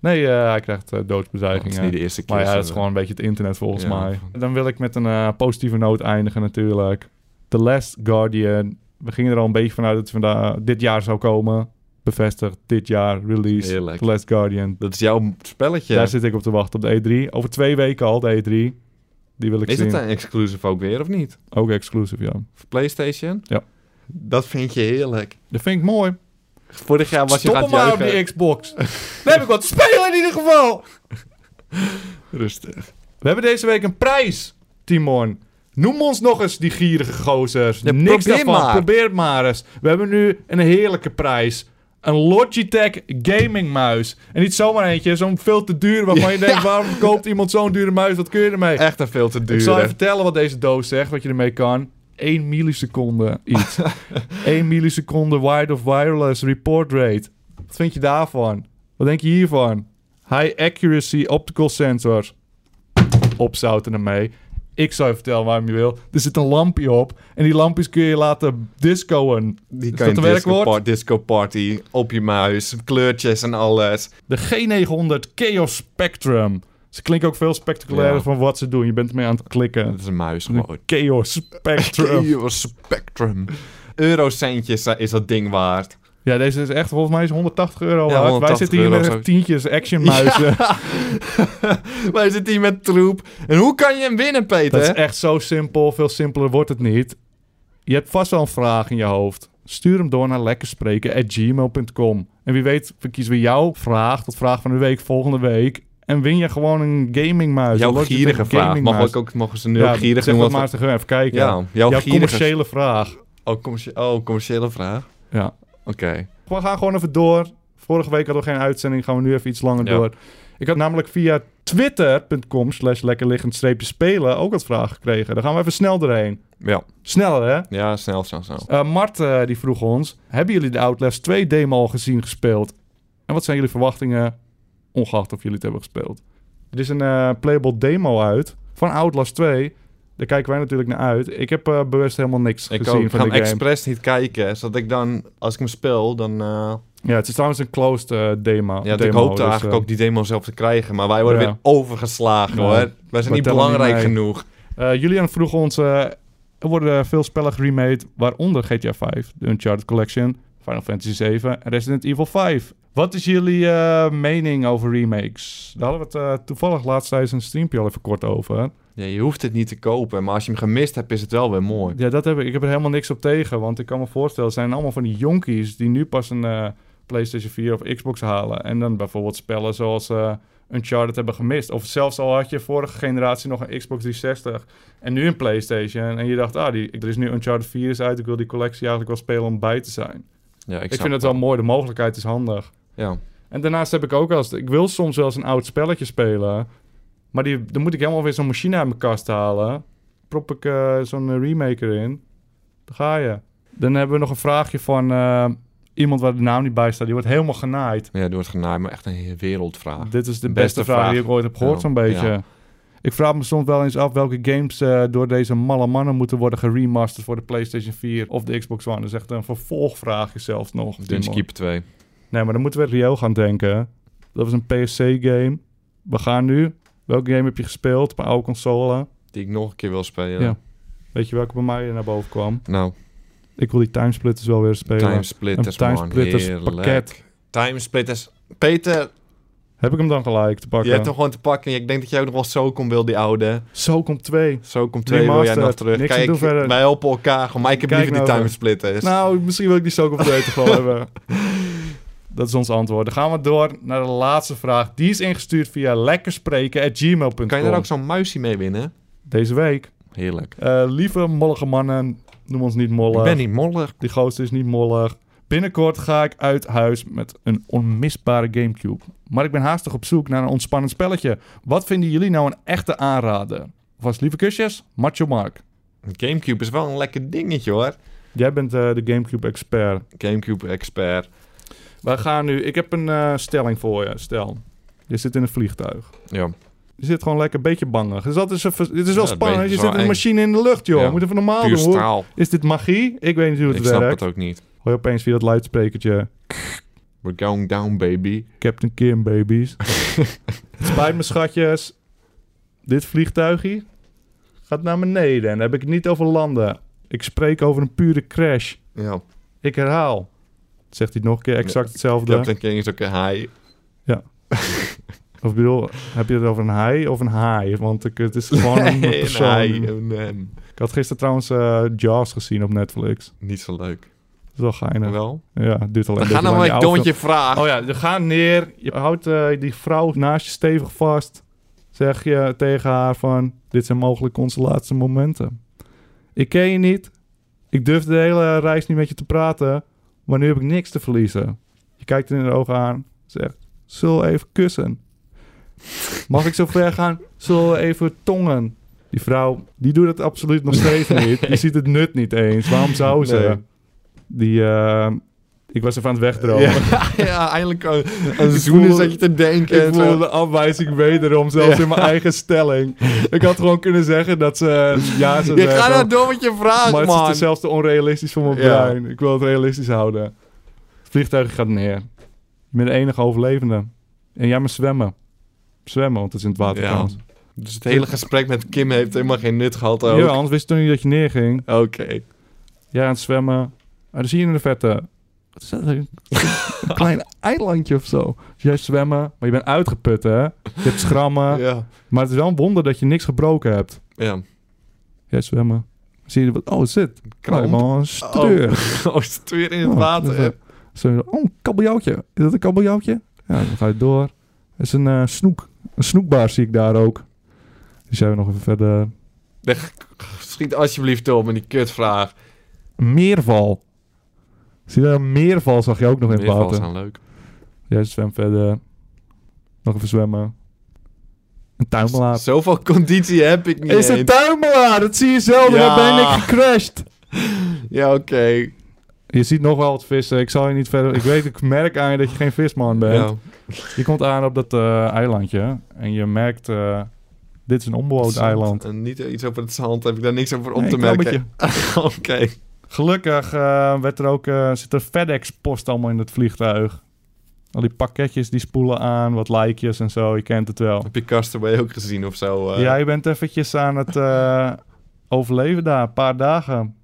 [SPEAKER 2] Nee, eh, hij krijgt eh,
[SPEAKER 3] Het
[SPEAKER 2] doodsbedreigingen.
[SPEAKER 3] is niet de eerste keer.
[SPEAKER 2] Maar ja, dat is
[SPEAKER 3] zo.
[SPEAKER 2] gewoon een beetje het internet volgens
[SPEAKER 3] Ja.
[SPEAKER 2] mij. Dan wil ik met een eh, positieve noot eindigen natuurlijk. The Last Guardian. We gingen er al een beetje vanuit dat het vandaag, dit jaar zou komen. Bevestigd, dit jaar, release.
[SPEAKER 3] Heerlijk.
[SPEAKER 2] The Last Guardian.
[SPEAKER 3] Dat is jouw spelletje.
[SPEAKER 2] Daar zit ik op te wachten, op de E3. Over twee weken al, de E3. Die wil ik
[SPEAKER 3] is
[SPEAKER 2] zien.
[SPEAKER 3] het een exclusive ook weer, of niet?
[SPEAKER 2] Ook exclusive, ja.
[SPEAKER 3] Voor PlayStation?
[SPEAKER 2] Ja.
[SPEAKER 3] Dat vind je heerlijk.
[SPEAKER 2] Dat vind ik mooi.
[SPEAKER 3] Vorig jaar was
[SPEAKER 2] Stop
[SPEAKER 3] je
[SPEAKER 2] hem
[SPEAKER 3] gaat
[SPEAKER 2] maar op
[SPEAKER 3] juichen.
[SPEAKER 2] die Xbox.
[SPEAKER 3] (laughs)
[SPEAKER 2] Dan heb ik wat te spelen in ieder geval.
[SPEAKER 3] Rustig.
[SPEAKER 2] We hebben deze week een prijs, Timon. Noem ons nog eens die gierige gozers.
[SPEAKER 3] Ja,
[SPEAKER 2] Niks
[SPEAKER 3] probeer
[SPEAKER 2] daarvan.
[SPEAKER 3] maar.
[SPEAKER 2] Probeer het maar eens. We hebben nu een heerlijke prijs. Een Logitech gaming muis. En niet zomaar eentje, zo'n veel te duur waarvan
[SPEAKER 3] (laughs)
[SPEAKER 2] je denkt, waarom koopt iemand zo'n dure muis? Wat kun je ermee?
[SPEAKER 3] Echt een veel te
[SPEAKER 2] Ik zal je
[SPEAKER 3] dure.
[SPEAKER 2] vertellen wat deze doos zegt, wat je ermee kan. 1 milliseconde
[SPEAKER 3] (laughs)
[SPEAKER 2] iets. 1 milliseconde wide of wireless report rate. Wat vind je daarvan? Wat denk je hiervan? High accuracy optical sensors. Opzouten ermee. Ik zou je vertellen waarom je wil. Er zit een lampje op. En die lampjes kun je laten discoen.
[SPEAKER 3] Die
[SPEAKER 2] Is
[SPEAKER 3] kan
[SPEAKER 2] dat
[SPEAKER 3] je
[SPEAKER 2] een
[SPEAKER 3] disco,
[SPEAKER 2] werkwoord?
[SPEAKER 3] par- disco party op je muis, kleurtjes en alles.
[SPEAKER 2] De G900 Chaos Spectrum. Ze klinken ook veel spectaculairder
[SPEAKER 3] Ja.
[SPEAKER 2] van wat ze doen. Je bent ermee aan het klikken.
[SPEAKER 3] Dat is een muis
[SPEAKER 2] De
[SPEAKER 3] gewoon.
[SPEAKER 2] Chaos Spectrum.
[SPEAKER 3] Eeuw, Spectrum. Eurocentjes eh, is dat
[SPEAKER 2] (laughs)
[SPEAKER 3] ding waard.
[SPEAKER 2] Ja, deze is echt, volgens mij is 180 euro
[SPEAKER 3] Ja,
[SPEAKER 2] waard.
[SPEAKER 3] 180
[SPEAKER 2] Wij zitten hier met
[SPEAKER 3] euro, zo.
[SPEAKER 2] tientjes action
[SPEAKER 3] (laughs)
[SPEAKER 2] muizen.
[SPEAKER 3] Wij zitten hier met troep. En hoe kan je hem winnen, Peter?
[SPEAKER 2] (laughs) Dat is echt zo simpel. Veel simpeler wordt het niet. Je hebt vast wel een vraag in je hoofd. Stuur hem door naar lekkerspreken.gmail.com. En wie weet verkiezen we jouw vraag, dat vraag van de week, volgende week. En win je gewoon een gamingmuis.
[SPEAKER 3] jouw
[SPEAKER 2] een Logitech
[SPEAKER 3] gierige vraag.
[SPEAKER 2] gamingmuis.
[SPEAKER 3] Mag ik ook, mogen ze nu
[SPEAKER 2] Ja,
[SPEAKER 3] ook gierig
[SPEAKER 2] zeg dat
[SPEAKER 3] noemen? want-
[SPEAKER 2] maar eens tegen hem. Even kijken.
[SPEAKER 3] ja, jouw,
[SPEAKER 2] jouw
[SPEAKER 3] gierige...
[SPEAKER 2] commerciële vraag.
[SPEAKER 3] Oh, commercie- oh, commerciële vraag.
[SPEAKER 2] Ja.
[SPEAKER 3] Oké.
[SPEAKER 2] We gaan gewoon even door. Vorige week hadden we geen uitzending. Gaan we nu even iets langer
[SPEAKER 3] Ja.
[SPEAKER 2] door. Ik had namelijk via twitter.com slash lekkerliggend streepje spelen ook wat vragen gekregen. Daar gaan we even snel doorheen.
[SPEAKER 3] Ja.
[SPEAKER 2] Sneller, hè?
[SPEAKER 3] ja, snel, snel, snel.
[SPEAKER 2] Eh Mart eh, die vroeg ons... Hebben jullie de Outlast 2 demo al gezien gespeeld? En wat zijn jullie verwachtingen? Ongeacht of jullie het hebben gespeeld. Er is een eh, playable demo uit van Outlast 2. Daar kijken wij natuurlijk naar uit. Ik heb eh, bewust helemaal niks
[SPEAKER 3] Ik
[SPEAKER 2] gezien
[SPEAKER 3] ook. Ik
[SPEAKER 2] van
[SPEAKER 3] ga
[SPEAKER 2] de
[SPEAKER 3] hem
[SPEAKER 2] game.
[SPEAKER 3] expres niet kijken, zodat ik dan, als ik hem speel, dan... eh,
[SPEAKER 2] ja, het is trouwens een closed eh, demo.
[SPEAKER 3] Ja, want ik
[SPEAKER 2] demo,
[SPEAKER 3] hoopte
[SPEAKER 2] dus,
[SPEAKER 3] eigenlijk
[SPEAKER 2] eh,
[SPEAKER 3] ook die demo zelf te krijgen, maar wij worden
[SPEAKER 2] Ja.
[SPEAKER 3] weer overgeslagen,
[SPEAKER 2] Ja.
[SPEAKER 3] hoor. Wij zijn
[SPEAKER 2] tellen
[SPEAKER 3] niet
[SPEAKER 2] niet
[SPEAKER 3] belangrijk
[SPEAKER 2] mee.
[SPEAKER 3] genoeg.
[SPEAKER 2] Eh, Julian vroeg ons, eh, er worden veel spellen geremade, waaronder GTA 5, de Uncharted Collection, Final Fantasy 7 en Resident Evil 5. Wat is jullie eh, mening over remakes? Daar hadden we het eh, toevallig laatst tijdens een streampje al even kort over.
[SPEAKER 3] Ja, je hoeft het niet te kopen, maar als je hem gemist hebt, is het wel weer mooi.
[SPEAKER 2] Ja, dat heb ik. Ik heb er helemaal niks op tegen, want ik kan me voorstellen, het zijn allemaal van die jonkies die nu pas een eh, PlayStation 4 of Xbox halen en dan bijvoorbeeld spellen zoals eh, Uncharted hebben gemist. Of zelfs al had je vorige generatie nog een Xbox 360 en nu een PlayStation en je dacht, ah, die, er is nu Uncharted 4 is uit, ik wil die collectie eigenlijk wel spelen om bij te zijn.
[SPEAKER 3] Ja, ik,
[SPEAKER 2] Ik, vind het wel mooi, de mogelijkheid is handig.
[SPEAKER 3] Ja.
[SPEAKER 2] En daarnaast heb ik ook als ik wil soms wel eens een oud spelletje spelen, maar die, dan moet ik helemaal weer zo'n machine uit mijn kast halen. Prop ik eh, zo'n eh, remaker in, dan ga je. Dan hebben we nog een vraagje van eh, iemand waar de naam niet bij staat. Die wordt helemaal genaaid.
[SPEAKER 3] ja, door het genaaid, maar echt een wereldvraag.
[SPEAKER 2] Dit is de
[SPEAKER 3] Ah, Beste
[SPEAKER 2] beste, vraag,
[SPEAKER 3] vraag.
[SPEAKER 2] die ik ooit heb gehoord,
[SPEAKER 3] Ja,
[SPEAKER 2] zo'n beetje.
[SPEAKER 3] ja.
[SPEAKER 2] Ik vraag me soms wel eens af welke games eh, door deze malle mannen moeten worden geremasterd voor de PlayStation 4 of de Xbox One. Dat is echt een vervolgvraagje zelfs nog.
[SPEAKER 3] Dungeon
[SPEAKER 2] Timon.
[SPEAKER 3] Keeper 2.
[SPEAKER 2] Nee, maar dan moeten we reëel gaan denken. Dat was een PSC-game. We gaan nu. Welke game heb je gespeeld op een oude console?
[SPEAKER 3] Die ik nog een keer wil spelen.
[SPEAKER 2] Ja. Weet je welke bij mij naar boven kwam?
[SPEAKER 3] Nou,
[SPEAKER 2] Ik wil die Timesplitters wel weer spelen.
[SPEAKER 3] Timesplitters,
[SPEAKER 2] Een Timesplitters
[SPEAKER 3] man.
[SPEAKER 2] pakket.
[SPEAKER 3] Timesplitters. Peter,
[SPEAKER 2] Heb ik hem dan gelijk te
[SPEAKER 3] Je
[SPEAKER 2] pakken?
[SPEAKER 3] hebt hem gewoon te pakken. Ik denk dat jij ook nog wel Socom wil, die oude.
[SPEAKER 2] Zo komt twee.
[SPEAKER 3] Socom
[SPEAKER 2] Die
[SPEAKER 3] 2 wil jij
[SPEAKER 2] master,
[SPEAKER 3] nog terug.
[SPEAKER 2] niks aan
[SPEAKER 3] Kijk,
[SPEAKER 2] doen verder.
[SPEAKER 3] wij helpen elkaar. gewoon. Maar ik heb
[SPEAKER 2] Kijk
[SPEAKER 3] liever die
[SPEAKER 2] nou
[SPEAKER 3] time
[SPEAKER 2] even.
[SPEAKER 3] splitters.
[SPEAKER 2] Nou, misschien wil ik die Socom 2 toch wel hebben. (laughs) Dat is ons antwoord. Dan gaan we door naar de laatste vraag. Die is ingestuurd via lekkerspreken.gmail.com.
[SPEAKER 3] kan je daar ook zo'n muisie mee winnen?
[SPEAKER 2] Deze week.
[SPEAKER 3] Heerlijk.
[SPEAKER 2] Eh, lieve mollige mannen, noem ons niet mollig.
[SPEAKER 3] Ik ben niet mollig.
[SPEAKER 2] Die gozer is niet mollig. Binnenkort ga ik uit huis met een onmisbare Gamecube. Maar ik ben haastig op zoek naar een ontspannend spelletje. Wat vinden jullie nou een echte aanrader? Vast lieve kusjes, Macho Mark.
[SPEAKER 3] Gamecube is wel een lekker dingetje hoor.
[SPEAKER 2] Jij bent eh, de Gamecube-expert.
[SPEAKER 3] Gamecube-expert.
[SPEAKER 2] Wij gaan nu... Ik heb een eh, stelling voor je. Stel, je zit in een vliegtuig.
[SPEAKER 3] Ja.
[SPEAKER 2] Je zit gewoon lekker een beetje bangig. Dus dat is een, vers- het is wel
[SPEAKER 3] Ja,
[SPEAKER 2] spannend.
[SPEAKER 3] het
[SPEAKER 2] Je
[SPEAKER 3] is
[SPEAKER 2] zit
[SPEAKER 3] wel
[SPEAKER 2] in een
[SPEAKER 3] eng.
[SPEAKER 2] machine in de lucht, joh.
[SPEAKER 3] Ja.
[SPEAKER 2] Moet even normaal
[SPEAKER 3] Puur
[SPEAKER 2] doen. hoor.
[SPEAKER 3] straal.
[SPEAKER 2] Is dit magie? Ik weet niet hoe het
[SPEAKER 3] Ik snap
[SPEAKER 2] werkt.
[SPEAKER 3] het ook niet.
[SPEAKER 2] Hoor je opeens via dat luidsprekertje...
[SPEAKER 3] We're going down, baby.
[SPEAKER 2] Captain Kim,
[SPEAKER 3] (laughs)
[SPEAKER 2] babies. Het Spijt me, schatjes. Dit vliegtuigje gaat naar beneden. En dan heb ik het niet over landen. Ik spreek over een pure crash.
[SPEAKER 3] Ja.
[SPEAKER 2] Ik herhaal. Zegt hij nog een keer exact hetzelfde?
[SPEAKER 3] Captain King is ook een haai.
[SPEAKER 2] Of ik bedoel, heb je het over een haai of een haai? Want ik,
[SPEAKER 3] (laughs)
[SPEAKER 2] het is gewoon een
[SPEAKER 3] Nee,
[SPEAKER 2] persoon.
[SPEAKER 3] haai. Een, ehm,
[SPEAKER 2] Ik had gisteren trouwens eh, Jaws gezien op Netflix.
[SPEAKER 3] niet zo leuk.
[SPEAKER 2] Dat is wel geinig.
[SPEAKER 3] Wel?
[SPEAKER 2] Ja, het duurt alleen
[SPEAKER 3] We
[SPEAKER 2] een beetje lang.
[SPEAKER 3] gaan nou maar
[SPEAKER 2] Die
[SPEAKER 3] een
[SPEAKER 2] oude
[SPEAKER 3] doontje vragen.
[SPEAKER 2] Oh ja, je gaat neer. Je houdt eh, die vrouw naast je stevig vast. Zeg je tegen haar van... Dit zijn mogelijk onze laatste momenten. Ik ken je niet. Ik durf de hele reis niet met je te praten. Maar nu heb ik niks te verliezen. Je kijkt in de ogen aan. Zegt... Zullen we even kussen? Mag ik zo ver gaan? Zullen we even tongen? Die vrouw, die doet het absoluut nog steeds niet. Die ziet het nut niet eens. Waarom zou ze?
[SPEAKER 3] Nee.
[SPEAKER 2] Die... eh, ik was even aan het wegdromen.
[SPEAKER 3] Ja, (laughs) ja, eindelijk een, een
[SPEAKER 2] Ik
[SPEAKER 3] zoen is
[SPEAKER 2] voel-
[SPEAKER 3] dat je te denken.
[SPEAKER 2] Ik
[SPEAKER 3] en zo.
[SPEAKER 2] voelde de afwijzing wederom, zelfs in mijn eigen stelling. (laughs) Ik had gewoon kunnen zeggen dat ze eh, ja zou
[SPEAKER 3] (laughs) Je gaat
[SPEAKER 2] zeggen.
[SPEAKER 3] nou door met je vraag,
[SPEAKER 2] maar het
[SPEAKER 3] man.
[SPEAKER 2] is zelfs te onrealistisch voor mijn
[SPEAKER 3] Ja.
[SPEAKER 2] brein. Ik wil het realistisch houden. Het vliegtuig gaat neer. Je bent de enige overlevende. En jij moet zwemmen. Zwemmen, want het is in het water
[SPEAKER 3] Ja.
[SPEAKER 2] trouwens.
[SPEAKER 3] Dus het hele gesprek met Kim heeft helemaal geen nut gehad ook.
[SPEAKER 2] Ja, anders wist je toch niet dat je neerging.
[SPEAKER 3] Oké.
[SPEAKER 2] Jij aan het zwemmen. Ah, dan zie je in de verte. Wat is dat? Een
[SPEAKER 3] (laughs)
[SPEAKER 2] klein eilandje of zo. Dus jij zwemmen, maar je bent uitgeput, hè? Je hebt schrammen.
[SPEAKER 3] Ja.
[SPEAKER 2] Maar het is wel een wonder dat je niks gebroken hebt.
[SPEAKER 3] Ja.
[SPEAKER 2] Jij zwemmen. Zie je wat? Oh, zit. Krijg
[SPEAKER 3] (laughs) Kramp.
[SPEAKER 2] man een streur. Oh.
[SPEAKER 3] Oh, is het weer in
[SPEAKER 2] (laughs)
[SPEAKER 3] het water?
[SPEAKER 2] dat is een- Oh, een kabeljauwtje. Is dat een kabeljauwtje? Ja, dan ga je door. Dat is een eh, snoek. Een snoekbar zie ik daar ook. Die zijn we nog even verder.
[SPEAKER 3] Schiet alsjeblieft op met die kutvraag.
[SPEAKER 2] Een Meerval. Zie je daar een meerval? Zag je ook nog in het
[SPEAKER 3] Meervals
[SPEAKER 2] water.
[SPEAKER 3] zijn leuk.
[SPEAKER 2] Jij zwemt verder. Nog even zwemmen. Een tuimelaar.
[SPEAKER 3] Zoveel conditie heb ik niet
[SPEAKER 2] Is een
[SPEAKER 3] eens.
[SPEAKER 2] tuimelaar! Dat zie je zelf. Daar
[SPEAKER 3] Ja.
[SPEAKER 2] ben ik gecrashed.
[SPEAKER 3] Ja, oké.
[SPEAKER 2] Je ziet nog wel wat vissen. Ik zal je niet verder... Ik weet, ik merk aan je dat je geen visman bent.
[SPEAKER 3] Ja.
[SPEAKER 2] Je komt aan op dat eh, eilandje en je merkt, eh, dit is een onbewoond eiland.
[SPEAKER 3] En niet iets over het zand, heb ik daar niks over op
[SPEAKER 2] Nee,
[SPEAKER 3] te
[SPEAKER 2] een
[SPEAKER 3] merken.
[SPEAKER 2] krabbetje.
[SPEAKER 3] (laughs) oké.
[SPEAKER 2] Gelukkig eh, werd er ook, eh, zit er FedEx-post allemaal in het vliegtuig. Al die pakketjes die spoelen aan, wat likejes en zo, je kent het wel.
[SPEAKER 3] Heb je Castaway ook gezien of zo? eh?
[SPEAKER 2] Jij bent eventjes aan het eh, overleven daar, een paar dagen.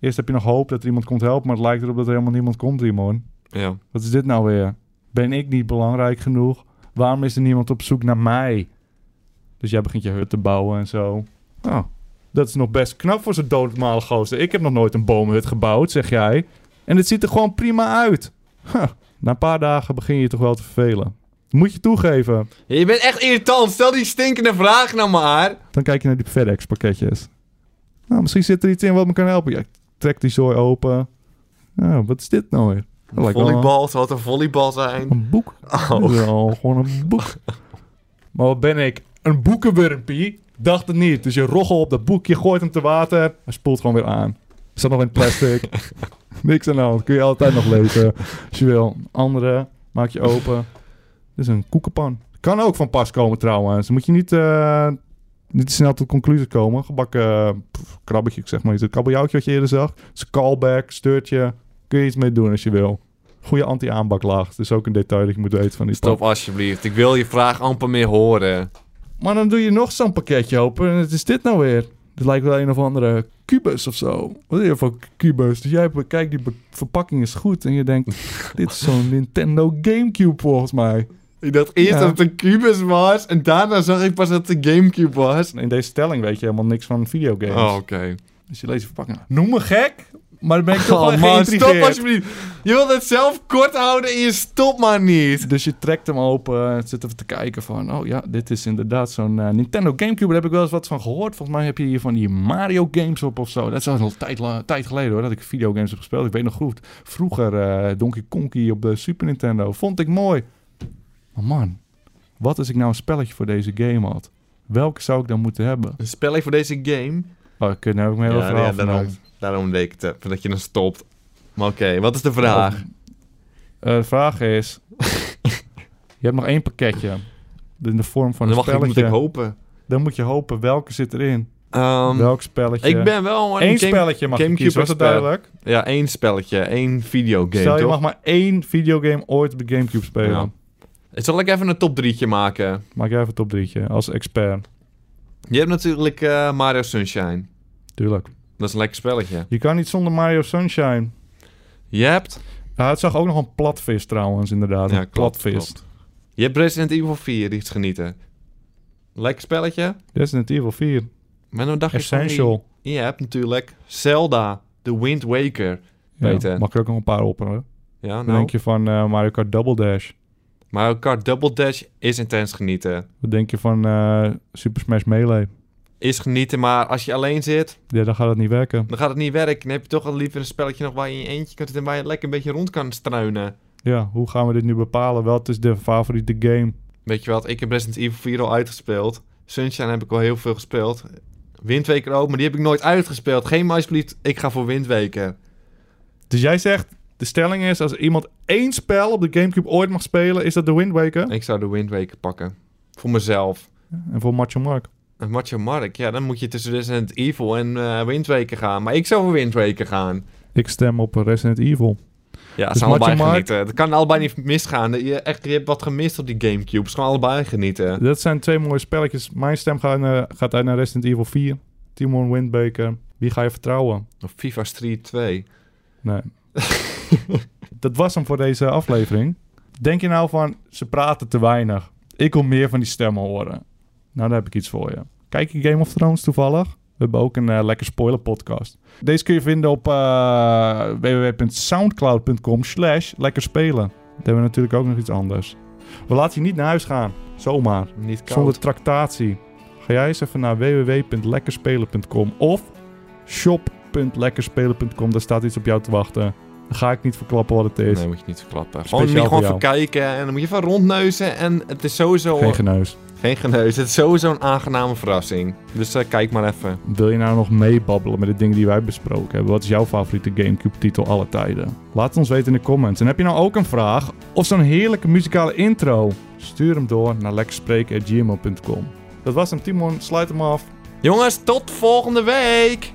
[SPEAKER 2] Eerst heb je nog hoop dat er iemand komt helpen, maar het lijkt erop dat er helemaal niemand komt, Timon.
[SPEAKER 3] Ja.
[SPEAKER 2] Wat is dit nou weer? Ben ik niet belangrijk genoeg? Waarom is er niemand op zoek naar mij? Dus jij begint je hut te bouwen en zo. Nou, dat is nog best knap voor zo'n doodmale gozer. Ik heb nog nooit een boomhut gebouwd, zeg jij. En het ziet er gewoon prima uit. Huh, na een paar dagen begin je je toch wel te vervelen. Moet je toegeven.
[SPEAKER 3] Ja, Je bent echt irritant. Stel die stinkende vraag nou maar.
[SPEAKER 2] Dan kijk je naar die FedEx pakketjes. Nou, misschien zit er iets in wat me kan helpen. Ja, ik trek die zooi open. Nou, wat is dit nou weer? Dat lijkt wel een-
[SPEAKER 3] Volleybal, zal het een volleybal zijn?
[SPEAKER 2] Een boek? Ja, gewoon een boek. maar wat ben ik? Een boekenwurmpie? Dacht het niet. Dus je roggel op dat boek, je gooit hem te water. Hij spoelt gewoon weer aan. Zat nog in het plastic. Niks aan de hand. Kun je altijd nog lezen. Als je wil. Andere, maak je open. (laughs) Dit is een koekenpan. Kan ook van pas komen trouwens. Moet je niet, eh, niet te snel tot conclusie komen. Gebakken eh, pff, krabbetje, ik zeg maar. Is het kabeljauwtje wat je eerder zag? Het is een callback, steurtje. Kun je iets mee doen als je wil. Goede anti-aanbaklaag. Het is ook een detail dat je moet weten van die
[SPEAKER 3] Stop alsjeblieft. Ik wil je vraag amper meer horen.
[SPEAKER 2] Maar dan doe je nog zo'n pakketje open en het is dit nou weer. Dit lijkt wel een of andere kubus of zo. Wat is dit voor kubus? Dus jij bekijkt, (laughs) die be- verpakking is goed en je denkt... dit is zo'n Nintendo Gamecube volgens mij.
[SPEAKER 3] Ik dacht eerst
[SPEAKER 2] Ja.
[SPEAKER 3] dat het een Cubus was en daarna zag ik pas dat het een Gamecube was.
[SPEAKER 2] In deze stelling weet je helemaal niks van videogames.
[SPEAKER 3] Oh, oké.
[SPEAKER 2] Dus je leest je verpakking.
[SPEAKER 4] Noem me gek, maar dan ben ik toch wel
[SPEAKER 3] Oh, man, stop
[SPEAKER 4] geïntrigeerd.
[SPEAKER 3] alsjeblieft. Je wilt het zelf kort houden en je stopt maar niet.
[SPEAKER 2] Dus je trekt hem open en zit even te kijken van... Oh ja, dit is inderdaad zo'n eh, Nintendo Gamecube. Daar heb ik wel eens wat van gehoord. Volgens mij heb je hier van die Mario games op of zo. Dat is al een tijd, la- tijd geleden hoor, dat ik videogames heb gespeeld. Ik weet nog goed, vroeger eh, Donkey Kong op de Super Nintendo. Vond ik mooi. Maar man, wat als ik nou een spelletje voor deze game had? Welke zou ik dan moeten hebben?
[SPEAKER 3] Een spelling voor deze game?
[SPEAKER 2] Oh, ik heb nou ook een hele verhaal van
[SPEAKER 3] daarom,
[SPEAKER 2] gemaakt.
[SPEAKER 3] daarom leek het eh, dat je dan stopt. Maar oké, wat is de vraag?
[SPEAKER 2] Eh, de vraag
[SPEAKER 3] (laughs)
[SPEAKER 2] is... je hebt nog één pakketje. In de vorm van een
[SPEAKER 3] dan mag ik, moet
[SPEAKER 2] spelletje.
[SPEAKER 3] ik hopen.
[SPEAKER 2] Dan moet je hopen welke zit erin.
[SPEAKER 3] Ehm,
[SPEAKER 2] Welk spelletje?
[SPEAKER 3] ik ben wel een
[SPEAKER 2] Eén
[SPEAKER 3] game-
[SPEAKER 2] spelletje mag je
[SPEAKER 3] Gamecube
[SPEAKER 2] kiezen, was dat
[SPEAKER 3] expert.
[SPEAKER 2] duidelijk?
[SPEAKER 3] Ja, één spelletje, één videogame,
[SPEAKER 2] Stel, je
[SPEAKER 3] toch?
[SPEAKER 2] mag maar één videogame ooit op de Gamecube spelen.
[SPEAKER 3] Ja. Eh, Zal ik even een top drietje maken?
[SPEAKER 2] Maak jij even top drietje als expert.
[SPEAKER 3] Je hebt natuurlijk eh, Mario Sunshine.
[SPEAKER 2] Tuurlijk.
[SPEAKER 3] Dat is een lekker spelletje.
[SPEAKER 2] Je kan niet zonder Mario Sunshine.
[SPEAKER 3] Je hebt...
[SPEAKER 2] Ah, het zag ook nog een platvis trouwens, inderdaad. een
[SPEAKER 3] klopt,
[SPEAKER 2] platvis.
[SPEAKER 3] klopt. Je hebt Resident Evil 4, die is te genieten. Lekker spelletje.
[SPEAKER 2] Resident Evil 4.
[SPEAKER 3] Maar dan dacht ik...
[SPEAKER 2] Essential.
[SPEAKER 3] van, hey, Je hebt natuurlijk Zelda, The Wind Waker.
[SPEAKER 2] Ja,
[SPEAKER 3] Beter.
[SPEAKER 2] mag ik er ook nog een paar opperen?
[SPEAKER 3] Ja,
[SPEAKER 2] Dan
[SPEAKER 3] nou.
[SPEAKER 2] denk je van eh, Mario Kart Double Dash.
[SPEAKER 3] Mario Kart Double Dash is intens genieten.
[SPEAKER 2] Wat denk je van eh, Super Smash Melee?
[SPEAKER 3] Is genieten, maar als je alleen zit,
[SPEAKER 2] Ja, dan gaat het niet werken.
[SPEAKER 3] dan gaat het niet werken. Dan heb je toch al liever een spelletje nog waar je in je eentje kunt zitten en waar je lekker een beetje rond kan struinen.
[SPEAKER 2] Ja, hoe gaan we dit nu bepalen? Wel, het is de favoriete game.
[SPEAKER 3] Weet je wat, ik heb Resident Evil 4 al uitgespeeld. Sunshine heb ik al heel veel gespeeld. Wind Waker ook, maar die heb ik nooit uitgespeeld. Geen maar alsjeblieft, ik ga voor Wind Waker.
[SPEAKER 2] Dus jij zegt, de stelling is, als iemand één spel op de Gamecube ooit mag spelen, is dat de Wind Waker?
[SPEAKER 3] Ik zou de Wind Waker pakken. Voor mezelf.
[SPEAKER 2] En voor Macho Mark.
[SPEAKER 3] Een Macho Mark, ja, dan moet je tussen Resident Evil en eh Wind Waker gaan. Maar ik zou voor Wind Waker gaan.
[SPEAKER 2] Ik stem op Resident Evil.
[SPEAKER 3] Ja, ze
[SPEAKER 2] Dus
[SPEAKER 3] zijn allebei
[SPEAKER 2] Macho Mark-
[SPEAKER 3] genieten. Het kan allebei niet misgaan. Je, echt, je hebt wat gemist op die Gamecube. Ze gaan allebei genieten.
[SPEAKER 2] Dat zijn twee mooie spelletjes. Mijn stem gaat, eh, gaat uit naar Resident Evil 4. Timon Wind Waker. Wie ga je vertrouwen?
[SPEAKER 3] Of FIFA Street 2.
[SPEAKER 2] Nee. (laughs) dat was hem voor deze aflevering. Denk je nou van, ze praten te weinig. Ik wil meer van die stemmen horen. Nou, daar heb ik iets voor je. Kijk je Game of Thrones toevallig? We hebben ook een eh, lekker spoiler podcast. Deze kun je vinden op eh, www.soundcloud.com slash lekker spelen. Dan hebben we natuurlijk ook nog iets anders. We laten je niet naar huis gaan. Zomaar.
[SPEAKER 3] Niet koud.
[SPEAKER 2] Zonder tractatie. Ga jij eens even naar www.lekkerspelen.com of shop.lekkerspelen.com. Daar staat iets op jou te wachten. Dan ga ik niet verklappen wat het is.
[SPEAKER 3] Nee, moet je niet verklappen.
[SPEAKER 2] Speciaal
[SPEAKER 3] Gewoon, moet
[SPEAKER 2] voor
[SPEAKER 3] je
[SPEAKER 2] jou.
[SPEAKER 3] gewoon verkijken en dan moet je van rondneuzen. En het is sowieso...
[SPEAKER 2] Geen geneus.
[SPEAKER 3] Geen geneus. Het is sowieso een aangename verrassing. Dus eh, kijk maar even.
[SPEAKER 2] Wil je nou nog meebabbelen met de dingen die wij besproken hebben? Wat is jouw favoriete Gamecube-titel alle tijden? Laat het ons weten in de comments. En heb je nou ook een vraag of zo'n heerlijke muzikale intro? Stuur hem door naar lekkerspreken.gmail.com. Dat was hem, Timon. Sluit hem af.
[SPEAKER 3] Jongens, tot volgende week!